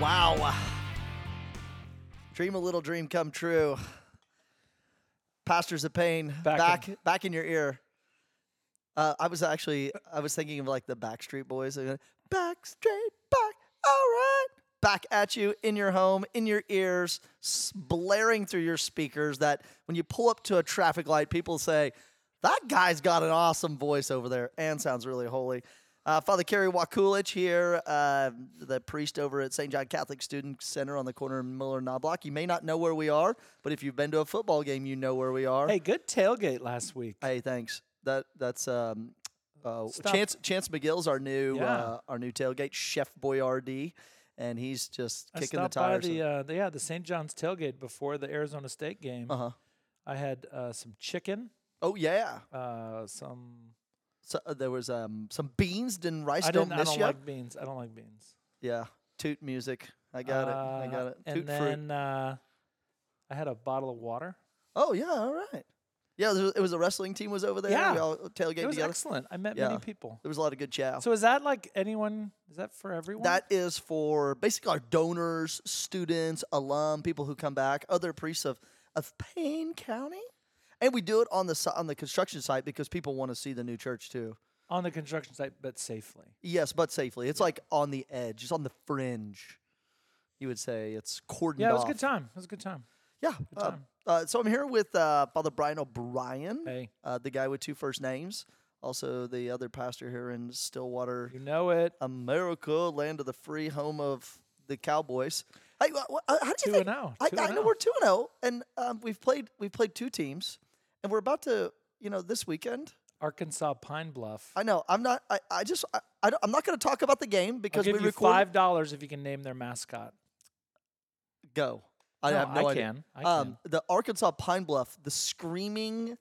Wow. Dream a little dream come true. Pastors of Pain Back back back, in your ear. Uh, I was actually I was thinking of like the Backstreet Boys. Backstreet back, all right, back at you in your home, in your ears, s- blaring through your speakers. That when you pull up to a traffic light, people say, "That guy's got an awesome voice over there, and sounds really holy." Uh, Father Kerry Wakulich here, uh, the priest over at St. John Catholic Student Center on the corner of Miller and Knobloch. You may not know where we are, but if you've been to a football game, you know where we are. Hey, good tailgate last week. Hey, thanks. That that's um, uh, Stop. Chance Chance McGill's our new uh, Yeah. our new tailgate chef Boyardee, and he's just I kicking the stopped by tires. the uh, the- yeah the St. John's tailgate before the Arizona State game. uh huh. I had uh, some chicken, Oh yeah. uh, some. So uh, there was um some beans. Didn't rice I don't didn't. I miss don't you? like beans. I don't like beans. yeah. Toot music. I got it. I Uh, got it. And Toot fruit. then uh, I had a bottle of water. Oh yeah. All right. Yeah. There was, it was a wrestling team was over there. We Yeah. all tailgate It was together. excellent. I met Yeah. many people. there was a lot of good chow. So is that like anyone? Is that for everyone? That is for basically our donors, students, alum, people who come back, other priests of, of Payne County. And we do it on the si- on the construction site because people want to see the new church too. on the construction site, but safely. Yes, but safely. It's like on the edge. It's on the fringe. You would say it's cordoned Yeah, it was a off. good time. It was a good time. Yeah. uh, time. uh, so I'm here with uh, Father Brian O'Brien, Hey, uh, the guy with two first names, also the other pastor here in Stillwater, you know it. America, land of the free, home of the Cowboys. Hey, wha- wha- how do you Two think? and oh. I, two I and know oh. we're two and zero, and um, we've played we've played two teams, and we're about to you know this weekend. Arkansas Pine Bluff. I know I'm not. I, I just I, I don't, I'm not going to talk about the game I'll because give we you record five dollars if you can name their mascot. go. I have no I idea. can. I can. Um, the Arkansas Pine Bluff, the screaming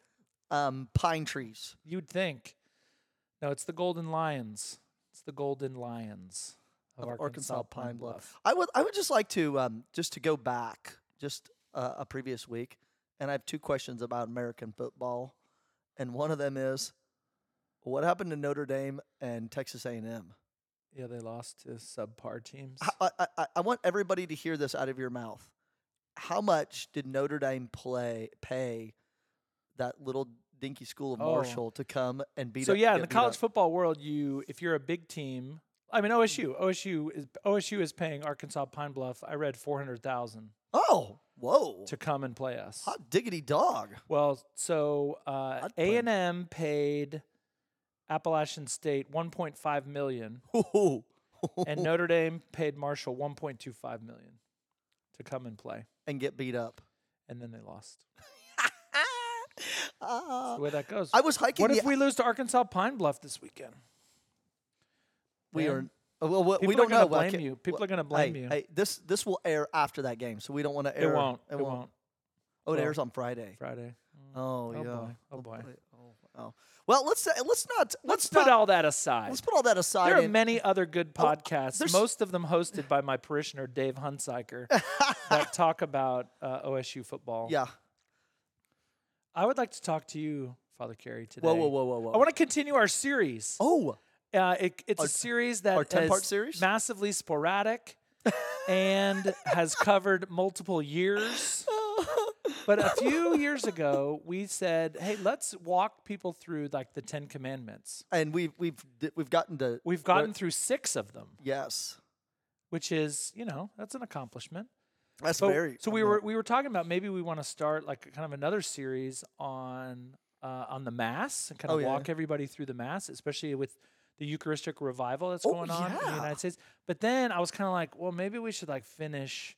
um, pine trees. You'd think. No, it's the Golden Lions. It's the Golden Lions of, Of Arkansas Pine Bluff. Bluff. I would I would just like to um, just to go back just uh, a previous week, and I have two questions about American football, and one of them is, what happened to Notre Dame and Texas A&M? Yeah, they lost to subpar teams. H- I, I- I- I want everybody to hear this out of your mouth. How much did Notre Dame play pay that little dinky school of Oh. Marshall to come and beat? so up, yeah, in get the beat college up? football world, you if you're a big team, I mean OSU, OSU is OSU is paying Arkansas Pine Bluff. I read four hundred thousand Oh, whoa! to come and play us. Hot diggity dog. Well, so uh, I'd play A 'em. and M paid Appalachian State one point five million, and Notre Dame paid Marshall one point two five million to come and play, and get beat up. and then they lost. Ah. The way that goes. I was hiking. what the, if we lose to Arkansas Pine Bluff this weekend? we are? Man, oh, Well, we- People we are don't gonna know. I blame can't- you. People well, are going to blame hey, you. Hey, this this will air after that game, so we don't want to it air. won't. It won't. Oh, it Well, airs on Friday. Friday. Oh, yeah. Oh, boy. Oh, boy. Oh, wow. Well, let's uh, let's not let's, Let's put not all that aside. let's put all that aside. There are and- many other good podcasts, Oh, there's- most of them hosted by my parishioner Dave Hunsiker, that talk about uh, OSU football. yeah. I would like to talk to you, Father Carey, today. Whoa, whoa, whoa, whoa, whoa. I want to continue our series. oh, Uh, it, it's Our- a series that our 10-part is series? massively sporadic and has covered multiple years. But a few years ago, we said, "Hey, let's walk people through like the Ten Commandments." and we've we've d- we've gotten to We've gotten through six of them, yes. which is, you know, that's an accomplishment. That's So, very. so I we mean, were we were talking about maybe we want to start like kind of another series on uh, on the mass and kind Oh, of yeah, walk everybody through the mass, especially with the Eucharistic revival that's Oh, going on in yeah. the United States. But then I was kind of like, well, maybe we should like finish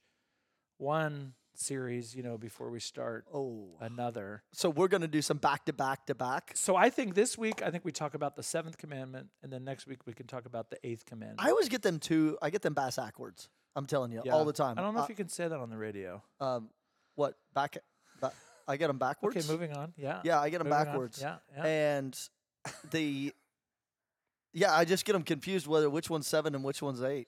one series, you know, before we start Oh, another. so we're gonna do some back to back to back. So I think this week I think we talk about the seventh commandment, and then next week we can talk about the eighth commandment. I always get them two. I get them bass backwards. I'm telling you Yeah. all the time. I don't know Uh, if you can say that on the radio. um, what back, ba- I get them backwards. Okay, moving on. Yeah. Yeah, I get them moving on. backwards. Yeah. yeah. And the yeah, I just get them confused whether which one's seven and which one's eight.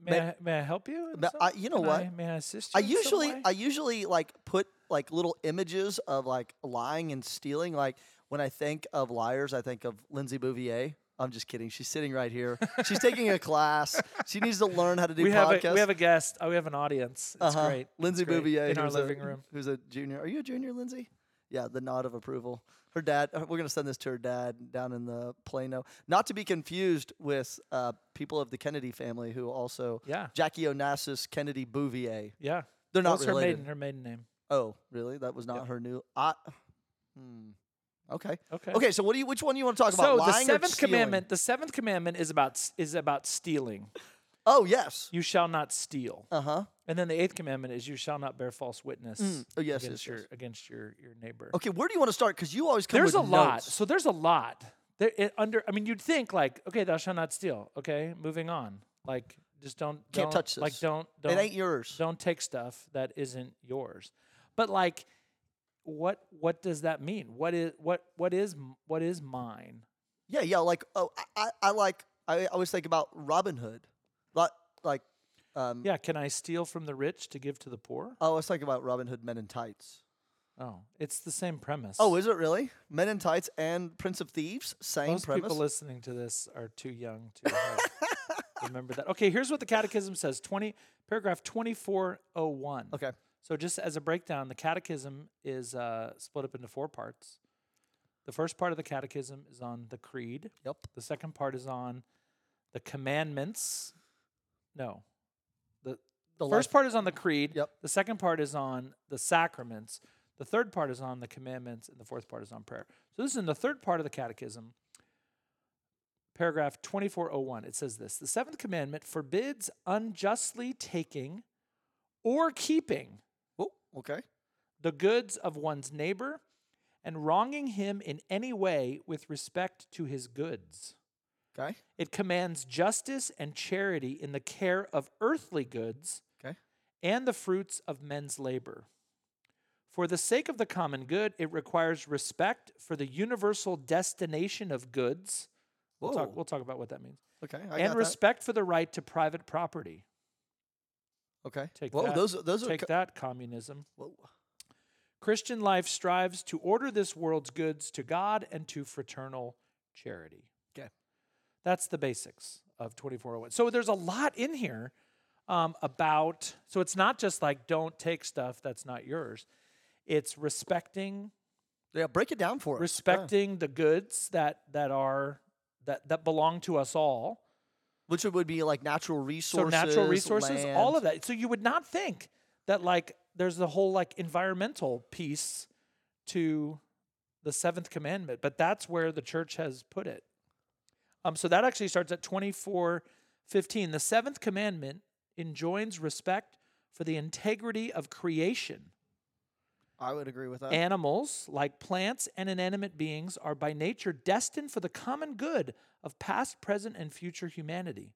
May, May- I, may I help you? in Ma- some- I- you know can what? I- may I assist you? I in some usually way? I usually like put like little images of like lying and stealing. Like when I think of liars, I think of Lindsay Bouvier I'm just kidding. She's sitting right here. She's taking a class. She needs to learn how to do we have podcasts. a, we have a guest. Oh, we have an audience. It's Uh-huh. great. Lindsay it's great. Bouvier in our who's living a, room. who's a junior. Are you a junior, Lindsay? Yeah, the nod of approval. Her dad. uh, We're gonna send this to her dad down in the Plano, not to be confused with uh, people of the Kennedy family who also Yeah, Jackie Onassis Kennedy Bouvier. yeah. They're not What's her related. maiden her maiden name? Oh, really? That was not her new. I, hmm. Okay. Okay. Okay. So what do you? Which one do you want to talk about? So the lying or seventh stealing? commandment. The seventh commandment is about s- is about stealing. Oh yes. You shall not steal. Uh huh. And then the eighth commandment is you shall not bear false witness Oh yes. against yes, your yes. against your your neighbor. Okay. Where do you want to start? Because you always come. There's a with lot. notes. So there's a lot. There it, under I mean you'd think like okay thou shalt not steal. Okay, moving on. Like just don't Can't don't- touch Like this. don't don't it ain't yours. don't take stuff that isn't yours. But like what what does that mean? What is what what is m- what is mine? Yeah, yeah. Like, oh, I- I, I like. I always think about Robin Hood. Lot like, um. Yeah, can I steal from the rich to give to the poor? I always think about Robin Hood Men in Tights. Oh, it's the same premise. Oh, is it really? Men in Tights and Prince of Thieves, same Most premise. people listening to this are too young to have- remember that. Okay, here's what the Catechism says: twenty paragraph twenty four oh one. okay. So just as a breakdown, the Catechism is uh, split up into four parts. The first part of the Catechism is on the Creed. Yep. The second part is on the commandments. No, the The first part is on the creed. Yep. The second part is on the sacraments. The third part is on the commandments, and the fourth part is on prayer. So this is in the third part of the catechism. Paragraph 2401, it says this The seventh commandment forbids unjustly taking or keeping Oh, okay. the goods of one's neighbor and wronging him in any way with respect to his goods. Okay. It commands justice and charity in the care of earthly goods Okay. and the fruits of men's labor. For the sake of the common good, it requires respect for the universal destination of goods. We'll Whoa. talk, we'll talk about what that means. Okay. I and got respect for the right to private property. that. Okay. Take Whoa, that. those are- those are. Take co- that, communism. whoa. Christian life strives to order this world's goods to God and to fraternal charity. 'Kay. That's the basics of 2401. So there's a lot in here um, about, so it's not just like don't take stuff that's not yours, it's respecting Yeah, break it down for us. Yeah. respecting the goods that that are that that belong to us all Which would be like natural resources. so natural resources all land. of that so you would not think that like there's the whole like environmental piece to the seventh commandment but that's where the church has put it um, so that actually starts at 2415 the seventh commandment enjoins respect for the integrity of creation I would agree with that. Animals, like plants and inanimate beings, are by nature destined for the common good of past, present, and future humanity.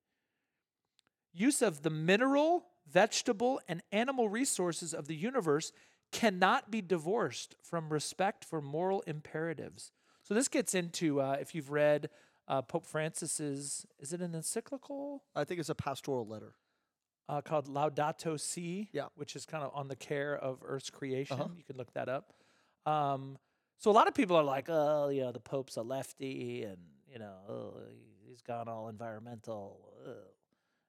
Use of the mineral, vegetable, and animal resources of the universe cannot be divorced from respect for moral imperatives. So this gets into uh, if you've read uh, Pope Francis's, is it an encyclical? I think it's a pastoral letter. uh, called Laudato Si, Yeah. Uh-huh. which is kind of on the care of Earth's creation. You can look that up. Um, so a lot of people are like, oh, you know, the Pope's a lefty, and you know, oh, he's gone all environmental. Ugh.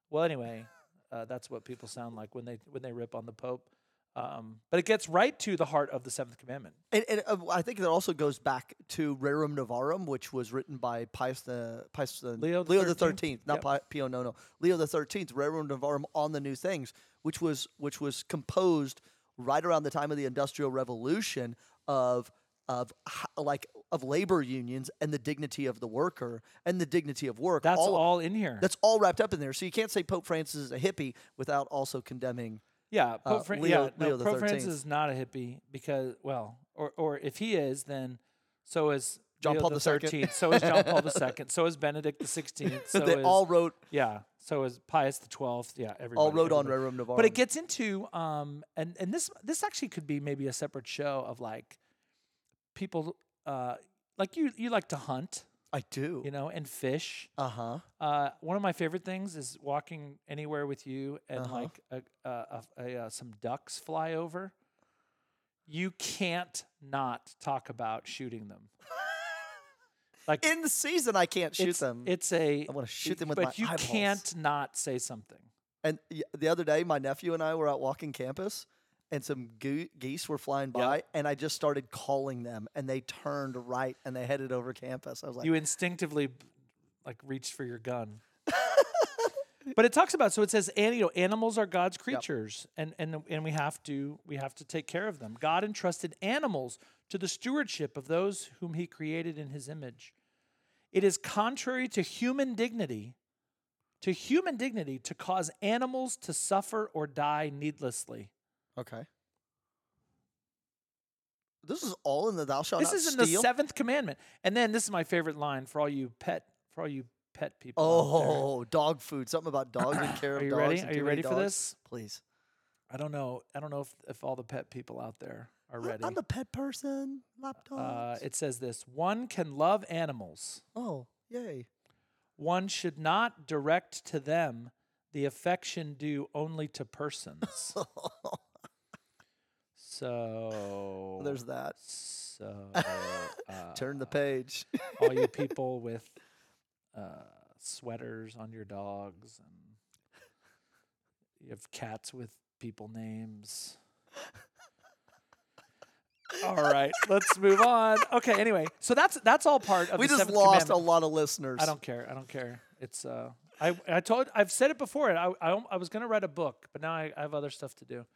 Well, anyway, uh, that's what people sound like when they when they rip on the Pope. Um, but it gets right to the heart of the seventh commandment. And, and uh, I think that also goes back to Rerum Novarum, which was written by Pius the Pius the Leo the Leo the 13th, Thirteenth, not Pi Pio no no Leo the Thirteenth, Rerum Novarum on the New Things, which was which was composed right around the time of the Industrial Revolution of of h- like of labor unions and the dignity of the worker and the dignity of work. That's all, all, in here. that's all wrapped up in there. So you can't say Pope Francis is a hippie without also condemning. Yeah, uh, Pope Fran- Leo- yeah, no, Leo the Pope 13th. Francis is not a hippie because, well, or or if he is, then so is John Leo Paul the II. Thirteenth, so is John Paul II, so is Benedict the Sixteenth, so they is all wrote yeah, so is Pius the Twelfth, yeah, everybody all wrote on everybody. Rerum Novarum. But it gets into um, and and this this actually could be maybe a separate show of like people uh like you you like to hunt I do. you know and fish Uh huh. uh, one of my favorite things is walking anywhere with you and Uh-huh. like a, a, a, a, uh, some ducks fly over. You can't not talk about shooting them. Like in the season, I can't shoot it's, them. It's a I wanna shoot them with but my you eyeballs. can't not say something. And y- the other day, my nephew and I were out walking campus, and some goo geese were flying by, and I just started calling them, and they turned right and they headed over campus. I was like, you instinctively b- like reach for your gun. but it talks about so it says and, you know animals are God's creatures and and and we have to we have to take care of them. God entrusted animals to the stewardship of those whom he created in his image. It is contrary to human dignity to human dignity to cause animals to suffer or die needlessly. okay. This is all in the thou shalt This Oh, not is in steal. the seventh commandment. And then this is my favorite line for all you pet for all you pet people. out there. oh, dog food. Something about dog and care Are of you dogs. ready? and Are too you many ready for dogs. this? Please. I don't know. I don't know if, if all the pet people out there are I- ready. I'm a pet person. Lap uh, dogs. it says this one can love animals, oh, yay. one should not direct to them the affection due only to persons. Oh. so There's that. so uh, Turn the page. all you people with uh, sweaters on your dogs and you have cats with people names. All right, let's move on. Okay, anyway, so that's that's all part of we the just seventh lost a commandment. lot of listeners. I don't care. I don't care. It's uh, I I told I've said it before. and I I, al- I was gonna write a book, but now I, I have other stuff to do.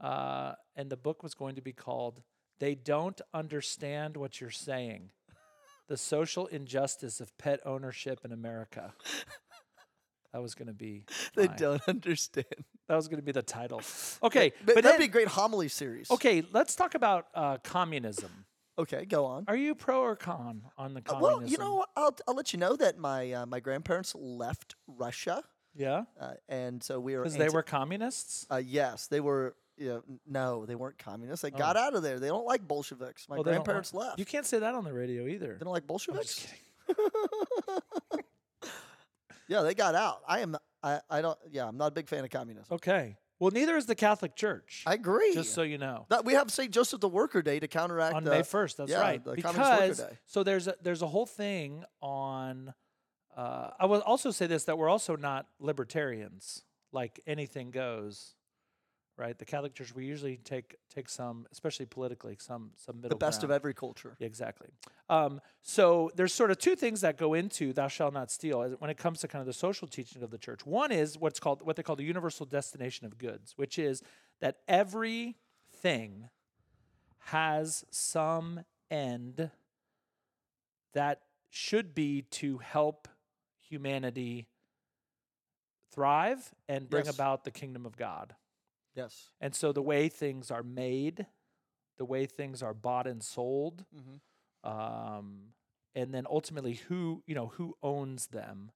Uh, and the book was going to be called "They Don't Understand What You're Saying: The Social Injustice of Pet Ownership in America." That was gonna be They my- don't understand. that was gonna be the title. Okay, But, but, that'd then, be a great homily series. okay. Let's talk about uh, communism. Okay, go on. Are you pro or con on the Uh, communism? Well, you know, what? I'll I'll let you know that my uh, my grandparents left Russia, yeah, uh, and so we are. because they anti- were communists. Uh, yes, they were. You know, n- no, they weren't communists. They got out of there. They don't like Bolsheviks. My Oh, they don't like- grandparents left. You can't say that on the radio either. they don't like I'm just Bolsheviks. kidding. Yeah, they got out. I am. I, I don't. Yeah, I'm not a big fan of communism. Okay. Well, neither is the Catholic Church. I agree. Oh, just so you know. that we have St. Joseph the Worker Day to counteract On the, May first, that's yeah, right. the Communist Worker because Day. so there's a, there's a whole thing on. Uh, I will also say this that we're also not libertarians. Like anything goes, right? The Catholic Church we usually take take some, especially politically, some some middle the best ground. of every culture. Yeah, Exactly. Um, so there's sort of two things that go into "Thou shalt not steal" as- when it comes to kind of the social teaching of the church. One is what's called what they call the universal destination of goods, which is that every thing has some end that should be to help humanity thrive and bring Yes. about the kingdom of God. Yes. And so the way things are made, the way things are bought and sold, Mhm. um, and then ultimately who you know who owns them.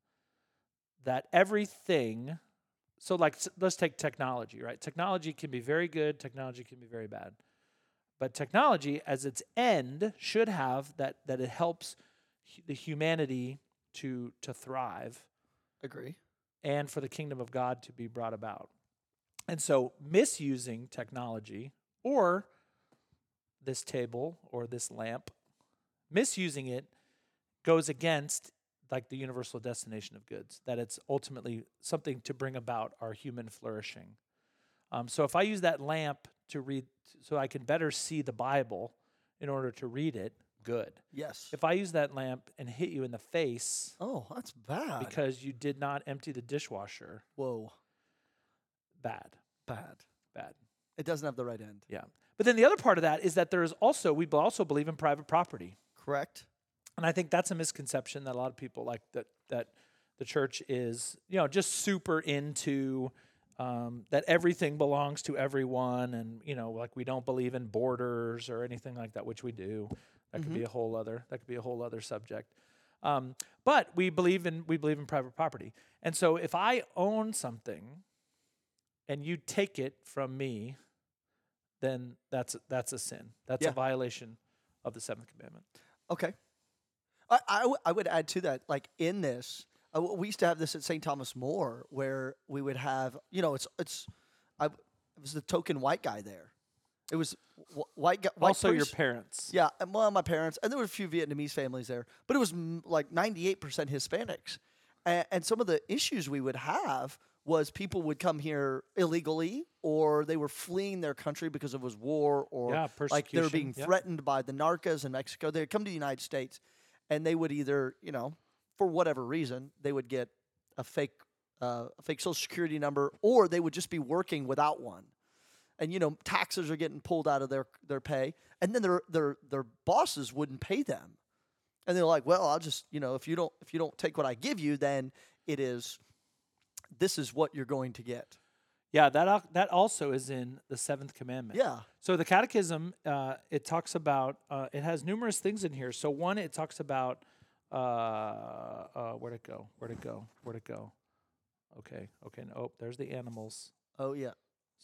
That everything, so like s- let's take technology, right? Technology can be very good, technology can be very bad, but technology as its end should have that that it helps hu- the humanity to to thrive Agree. and for the kingdom of God to be brought about. And so, misusing technology or this table or this lamp, misusing it goes against like the universal destination of goods, that it's ultimately something to bring about our human flourishing. Um, so, if I use that lamp to read, so I can better see the Bible in order to read it, good. Yes. If I use that lamp and hit you in the face oh, that's bad. because you did not empty the dishwasher, Whoa, bad, bad. bad. It doesn't have the right end. Yeah. But then the other part of that is that there is also we b- also believe in private property, Correct. and I think that's a misconception that a lot of people like that that the church is you know just super into um, that everything belongs to everyone, and you know like we don't believe in borders or anything like that, which we do. That could be a whole other that could be a whole other subject. Um, but we believe in we believe in private property, and so if I own something, and you take it from me, then that's that's a sin. That's Yeah. a violation of the seventh commandment. Okay. I I w- I would add to that, like in this, uh, w- we used to have this at St. Thomas More, where we would have, you know, it's it's, I w- it was the token white guy there, It was wh- white guy. White Also, your priest- parents. Yeah, and well, my parents, and there were a few Vietnamese families there, but it was m- like 98% Hispanics. And, and some of the issues we would have was people would come here illegally or they were fleeing their country because it was war or Yeah, like they were persecution, being yep. threatened by the narcos in Mexico. They'd come to the United States and they would either, you know, for whatever reason, they would get a fake uh, a fake social security number or they would just be working without one and you know taxes are getting pulled out of their their pay and then their their their bosses wouldn't pay them and they're like well i'll just you know if you don't if you don't take what i give you then it is this is what you're going to get Yeah, that al- that also is in the seventh commandment. yeah So the Catechism, uh, it talks about, uh, it has numerous things in here. So one, it talks about, uh, uh, where'd it go? Where'd it go? Where'd it go? Okay, okay. and- Oh, there's the animals. oh yeah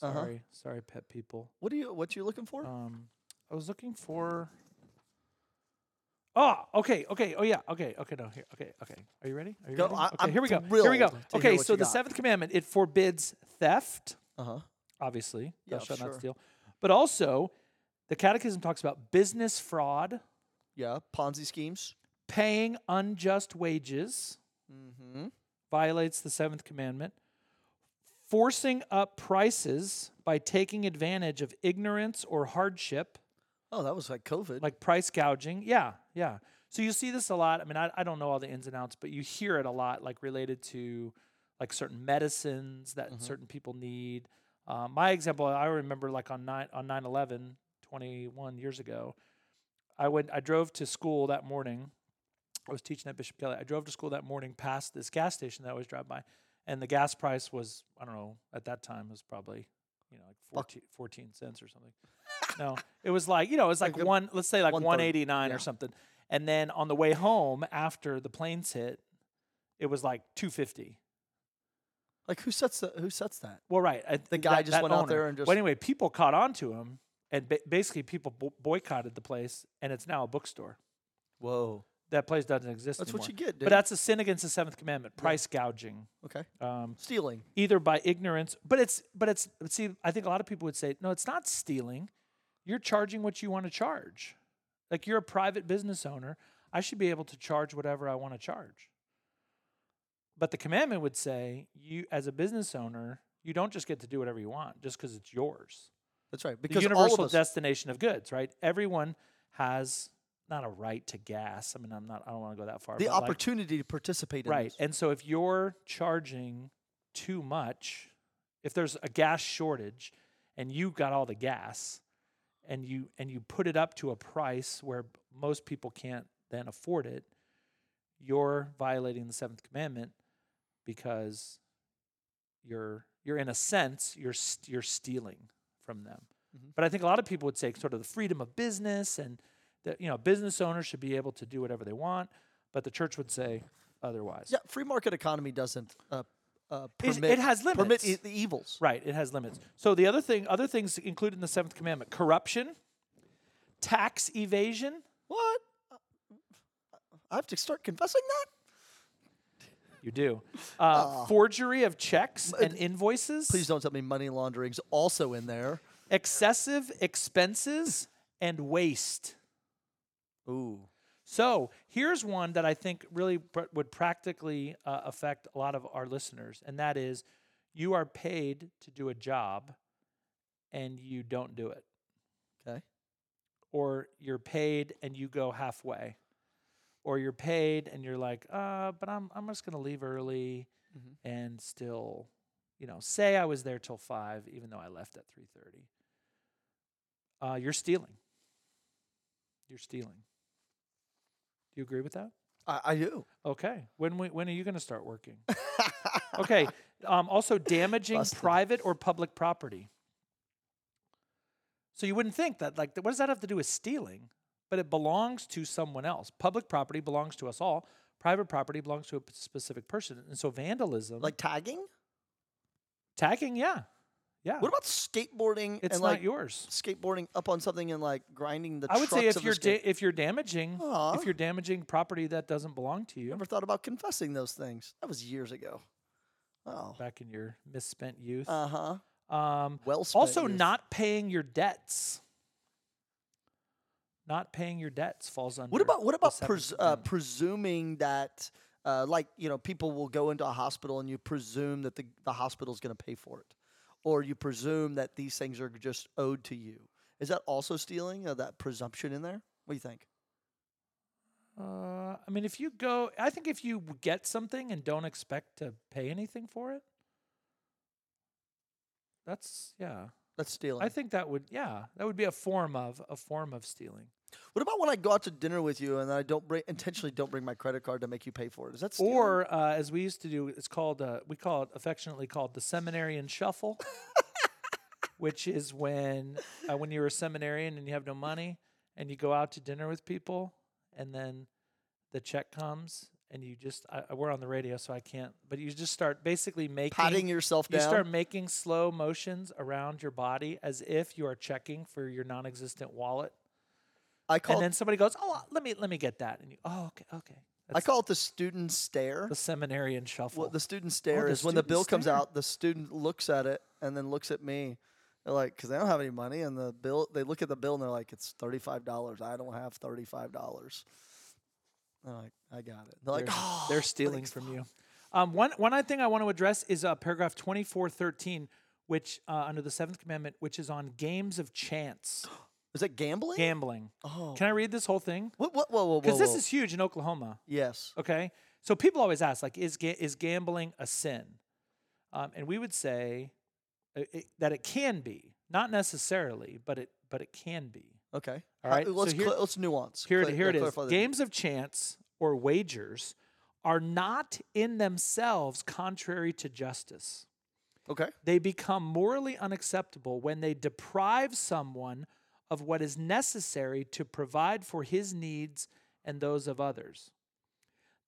Uh-huh. Sorry, sorry, pet people. what are you what you looking for Um, I was looking for. Oh, okay, okay. Oh, yeah, okay, okay. No, here, okay, okay. Are you ready? Are you Go, ready? I- okay, I'm here we go. Here we go. thrilled to hear Okay, what so you the got. seventh commandment it forbids theft uh-huh obviously. Thou Yeah, shalt sure. not steal. But also, the Catechism talks about business fraud, yeah ponzi schemes paying unjust wages, mm-hmm violates the seventh commandment, forcing up prices by taking advantage of ignorance or hardship, oh that was like covid like price gouging. Yeah, yeah. So you see this a lot. I mean, I, I don't know all the ins and outs, but you hear it a lot, like related to like certain medicines that certain people need. Uh, my example, I remember like on nine on 9-11, 21 years ago, I went I drove to school that morning. I was teaching at Bishop Kelly. I drove to school that morning past this gas station that I always drive by. And the gas price was, I don't know, at that time it was probably, you know, like 14, 14 cents or something. no. It was like, you know, it was like Like a- one let's say like one third, 189 yeah. or something. And then on the way home after the planes hit, it was like 250. like who sets the, who sets that Well, right. I- The guy that- just that went out owner. there and just- Well, anyway, people caught on to him, and ba- basically people bo- boycotted the place, and it's now a bookstore. whoa That place doesn't exist that's anymore. what you get dude But that's a sin against the seventh commandment: price gouging, okay um, stealing either by ignorance. But it's but it's but see, I think a lot of people would say, no, it's not stealing. You're charging what you want to charge. Like you're a private business owner, I should be able to charge whatever I want to charge. But the commandment would say, you as a business owner, you don't just get to do whatever you want just because it's yours that's right the because all of universal us destination of goods, right? Everyone has not a right to gas. I mean, I'm not. I don't want to go that far. the but like- opportunity to participate in right? this. And so, if you're charging too much, if there's a gas shortage, and you got all the gas, and you and you put it up to a price where most people can't then afford it, you're violating the seventh commandment because you're you're in a sense you're st- you're stealing from them. Mhm. But I think a lot of people would say sort of the freedom of business and that you know business owners should be able to do whatever they want, but the church would say otherwise. Yeah, free market economy doesn't uh, uh, It's- permit it has limits. permit e- the evils. Right, it has limits. So the other thing, other things included in the seventh commandment: corruption, tax evasion. What? I have to start confessing that. You do uh, forgery of checks and invoices. Please don't tell me money laundering's also in there. excessive expenses and waste. Ooh, So here's one that I think really pr- would practically uh, affect a lot of our listeners, and that is you are paid to do a job and you don't do it, okay. or you're paid and you go halfway, or you're paid and you're like, uh, but I'm, I'm just going to leave early Mhm. and still, you know, say I was there till five, even though I left at 3.30. Uh, you're stealing. You're stealing. Do you agree with that? I, I do. Okay. When we, when are you going to start working? okay. Um, also, damaging Busted. private or public property. So you wouldn't think that, like, what does that have to do with stealing? But it belongs to someone else. Public property belongs to us all. Private property belongs to a p- specific person. And so vandalism, Like tagging? tagging, yeah, yeah, What about skateboarding it's and not like yours. skateboarding up on something and like grinding the I would say trucks if of you're the skate- da- if you're damaging Aw. if you're damaging property that doesn't belong to you, Never thought about confessing those things. That was years ago. Oh. back in your misspent youth. Uh huh. Um, Well spent. also, years. not paying your debts. Not paying your debts falls under. What about what the about seventh pres- uh, commandment. presuming that, uh, like you know, people will go into a hospital and you presume that the the hospital's going to pay for it, or you presume that these things are just owed to you. Is that also stealing? Uh, that presumption in there? What do you think? Uh, I mean, if you go, I think if you w- get something and don't expect to pay anything for it, that's yeah. That's stealing. I think that would yeah that would be a form of a form of stealing. what about when I go out to dinner with you and I don't bring intentionally don't bring my credit card to make you pay for it? Is that stealing? Or uh, as we used to do, it's called uh, we call it affectionately called the seminarian shuffle, which is when uh, when you're a seminarian and you have no money and you go out to dinner with people and then the check comes and you just I, I- we're on the radio so I can't, but you just start basically making patting yourself you down? start making slow motions around your body as if you are checking for your non-existent wallet, I call and then somebody goes, "Oh, uh, let me let me get that," and you, "Oh, okay, okay." I That's call it the student stare. the seminarian shuffle. Well, the student stare the is when the student bill comes stare. out, the student looks at it and then looks at me. They're like, because they don't have any money, and the bill, they look at the bill and they're like, it's $35. I don't have $35. I'm like, I got it. They're like, they're, oh, they're stealing from you. Um, one one other thing I want to address is uh, paragraph twenty four thirteen, which uh, under the seventh commandment, which is on games of chance is that gambling? gambling. oh. Can I read this whole thing? What, what, whoa, whoa, whoa. Because this whoa. is huge in Oklahoma. Yes. Okay, so people always ask like, is ga- is gambling a sin? Um, and we would say uh, it, that it can be, not necessarily, but it but it can be. Okay. How- All right, so let's, here- cl- let's nuance. Here, it- Cla- here yeah, it is. clarify the- Games of chance or wagers are not in themselves contrary to justice. Okay. They become morally unacceptable when they deprive someone of what is necessary to provide for his needs and those of others.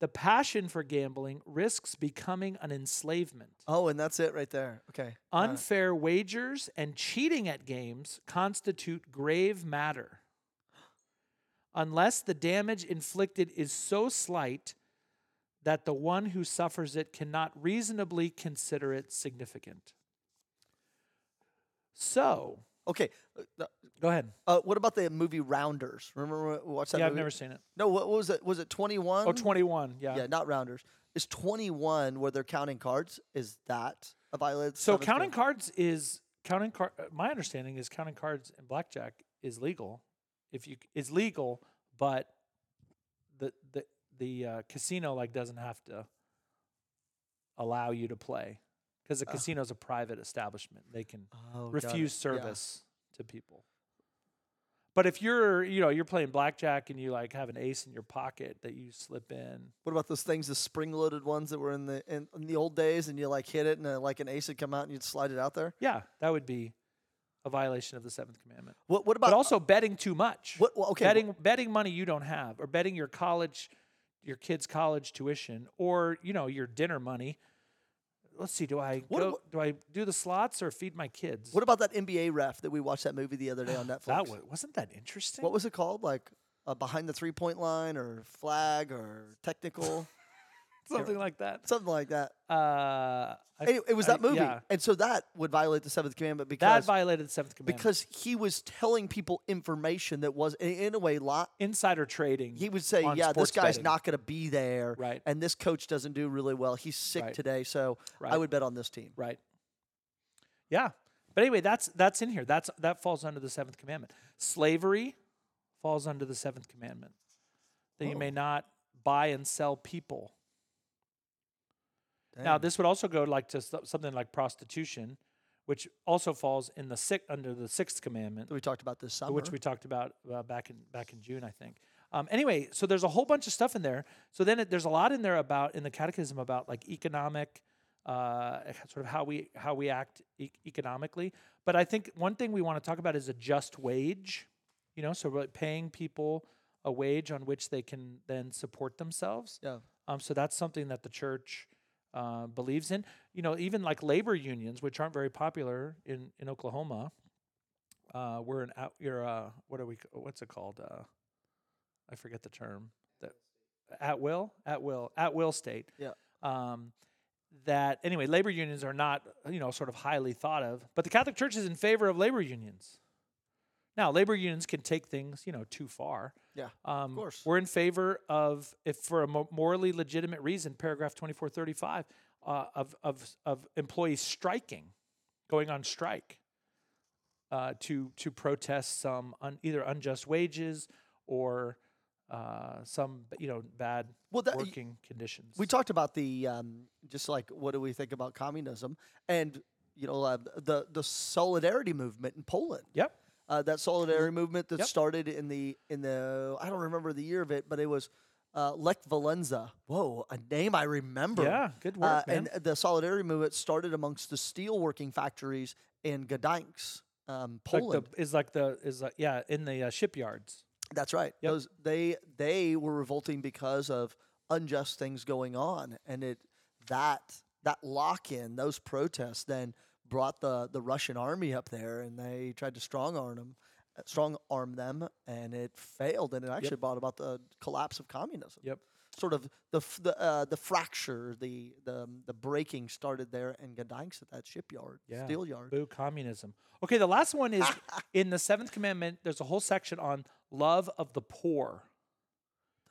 The passion for gambling risks becoming an enslavement. Oh, and that's it right there. Okay. Uh, got it. Unfair wagers and cheating at games constitute grave matter unless the damage inflicted is so slight that the one who suffers it cannot reasonably consider it significant. So, Okay. uh, th- go ahead. Uh, what about the movie Rounders? Remember when we watched that yeah, I've movie? never seen it. No, what what was it? Was it 21? Oh, 21. Yeah. Yeah, not rounders. Is 21 where they're counting cards? Is that a violation? So, counting cards is counting card my understanding is counting cards and blackjack is legal if you is legal, but the the the uh, casino like doesn't have to allow you to play because the Uh. casino is a private establishment. They can oh, got it. refuse Yeah. service to people. But if you're, you know, you're playing blackjack and you like have an ace in your pocket that you slip in, What about those things, the spring-loaded ones that were in the in, in the old days, and you like hit it, and uh, like an ace would come out, and you'd slide it out there. yeah, that would be a violation of the seventh commandment. What what about But also betting too much, what? Well, okay, betting betting money you don't have, or betting your college, your kids' college tuition, or you know your dinner money. Let's see, do I What go, ab- do I do the slots or feed my kids? What about that NBA ref that we watched that movie the other day on Netflix? that was, wasn't that interesting. What was it called? Like uh, behind the three-point line, or flag, or technical, something like that? something like that. Uh, I- Anyway, it was I- that movie, yeah. and so that would violate the seventh commandment because That violated the seventh commandment. because he was telling people information that was in, in a way li- insider trading. he would say on yeah this sports guy's betting. not going to be there Right. and this coach doesn't do really well he's sick Right. today so i Right. would bet on this team Right. Yeah. But anyway, that's that's in here. That's that falls under the seventh commandment. Slavery falls under the seventh commandment. That you may not buy and sell people. Now, Dang. this would also go like to so- something like prostitution, which also falls in the six under the sixth commandment. that we talked about this summer which we talked about uh, back in back in June, I think. Um, anyway, so there's a whole bunch of stuff in there. So then it, there's a lot in there about in the Catechism about like economic, uh, sort of how we how we act e- economically. But I think one thing we want to talk about is a just wage. You know, so really paying people a wage on which they can then support themselves. yeah Um, so that's something that the church uh, believes in. You know, even like labor unions, which aren't very popular in in Oklahoma, uh, we're an out. You're uh, what are we? c- What's it called? Uh, I forget the term. That at will, at will, at will state. Yeah. Um, that anyway labor unions are not you know sort of highly thought of but the catholic church is in favor of labor unions now labor unions can take things you know too far Yeah, um, course. we're in favor of if for a mo- morally legitimate reason paragraph 2435 uh, of, of, of employees striking going on strike uh, to to protest some un, either unjust wages or uh, some you know bad Well, that- y- working conditions. we talked about the um, just like what do we think about communism and you know uh, the the solidarity movement in Poland. yep. Uh, that solidarity movement that Mm-hmm. Yep. started in the in the I don't remember the year of it, but it was uh, Lech Walesa. Whoa, a name I remember. Yeah, good Uh, work, man. and the solidarity movement started amongst the steelworking factories in Gdańsk, um, Poland. Like the, is like the is like yeah in the uh, shipyards. That's right. Yep. Those they they were revolting because of unjust things going on, and it that that lock in those protests then brought the the Russian army up there, and they tried to strong arm them, strong arm them, and it failed, and it actually brought about the collapse of communism. Yep. Sort of the f- the uh, the fracture, the the um, the breaking started there in Gdansk at that shipyard, Yeah. steel yard. Boo communism. Okay, the last one is in the seventh commandment. There's a whole section on love of the poor.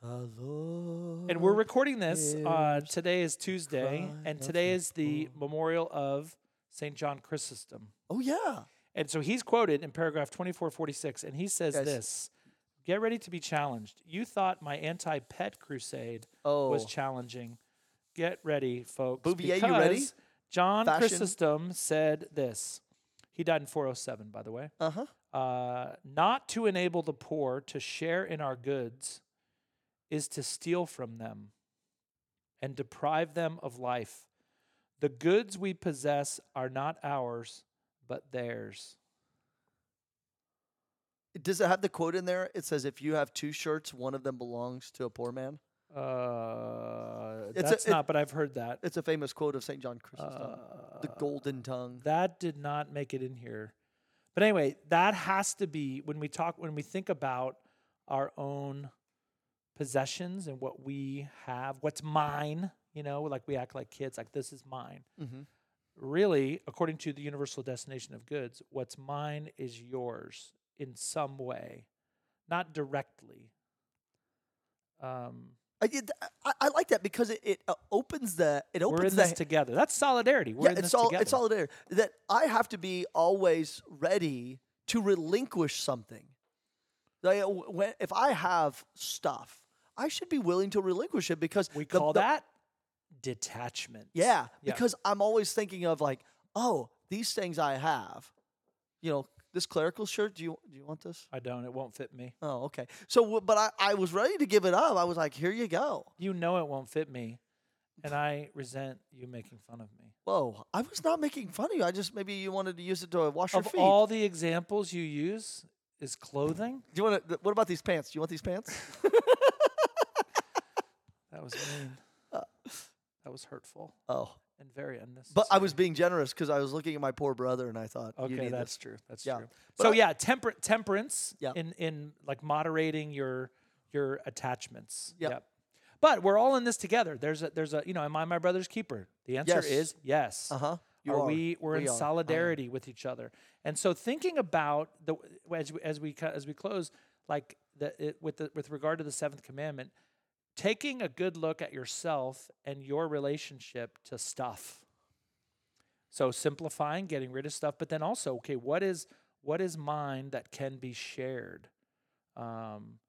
And we're recording this. Uh, today is Tuesday, cry and of today the is the memorial of St. John Chrysostom. oh yeah, And so he's quoted in paragraph 2446, and he says Yes. this Get ready to be challenged. You thought my anti pet crusade was Oh. challenging. Get ready, folks. Bouvier, you ready? because John Fashion? Chrysostom said this. He died in 407, by the way uh huh. uh, not to enable the poor to share in our goods is to steal from them and deprive them of life. The goods we possess are not ours, but theirs. Does it have the quote in there? It says, "If you have two shirts, one of them belongs to a poor man." Uh, It's a- that's it- not, but I've heard that. It's a famous quote of Saint John Chrysostom, the Uh, golden tongue. That did not make it in here. But anyway, that has to be when we talk when we think about our own possessions and what we have, what's mine, you know, like we act like kids, like this is mine. Mm-hmm. Really, according to the universal destination of goods, what's mine is yours in some way, not directly. Um, I, did- I, I like that because it, it uh, opens the it opens we're in the this together. That's solidarity. We're yeah in it's this all together. it's all there that I have to be always ready to relinquish something. Like, uh, wh- when, if I have stuff, I should be willing to relinquish it because we the- call the- that detachment. Yeah, Yeah. because I'm always thinking of like, oh, these things I have. You know, this clerical shirt. Do you do you want this? I don't. It won't fit me. Oh, okay. So, w- but I, I was ready to give it up. I was like, here you go. You know it won't fit me, and I resent you making fun of me. Whoa, I was not making fun of you. I just maybe you wanted to use it to wash your of feet. all the examples you use, is clothing. do you want to? What about these pants? Do you want these pants? That was mean. Uh. that was hurtful oh, and very unnecessary. but I was being generous because I was looking at my poor brother and I thought, you okay. need That's this. true. That's Yeah. true. But so I- yeah, temper- temperance Yeah. in in like moderating your your attachments. Yep. But we're all in this together. There's a there's a you know, am I my brother's keeper? The answer Yes. is yes. Uh huh. are, we we're in are. I am. solidarity with each other and so thinking about the as we as we, co- as we close like the it, with the with regard to the seventh commandment taking a good look at yourself and your relationship to stuff so simplifying getting rid of stuff but then also okay what is what is mine that can be shared um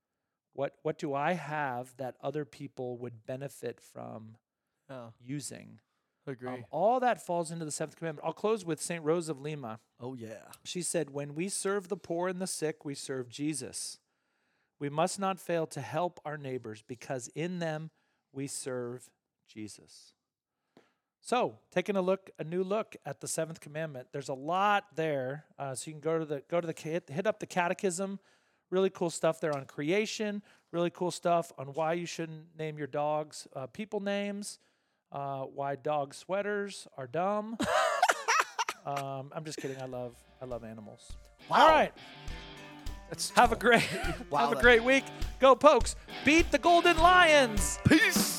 what what do i have that other people would benefit from Oh, using agree. um, all that falls into the seventh commandment. I'll close with St. Rose of Lima. oh yeah. She said, When we serve the poor and the sick, we serve Jesus. We must not fail to help our neighbors because in them we serve Jesus. So, taking a look, a new look at the seventh commandment. There's a lot there, uh, so you can go to the go to the ca- hit, hit up the catechism. Really cool stuff there on creation. Really cool stuff on why you shouldn't name your dogs uh, people names. Uh, why dog sweaters are dumb. um, I'm just kidding. I love I love animals. All Wow. right. That's Have a great Wow, have a that- great week. Go Pokes. Beat the Golden Lions. peace.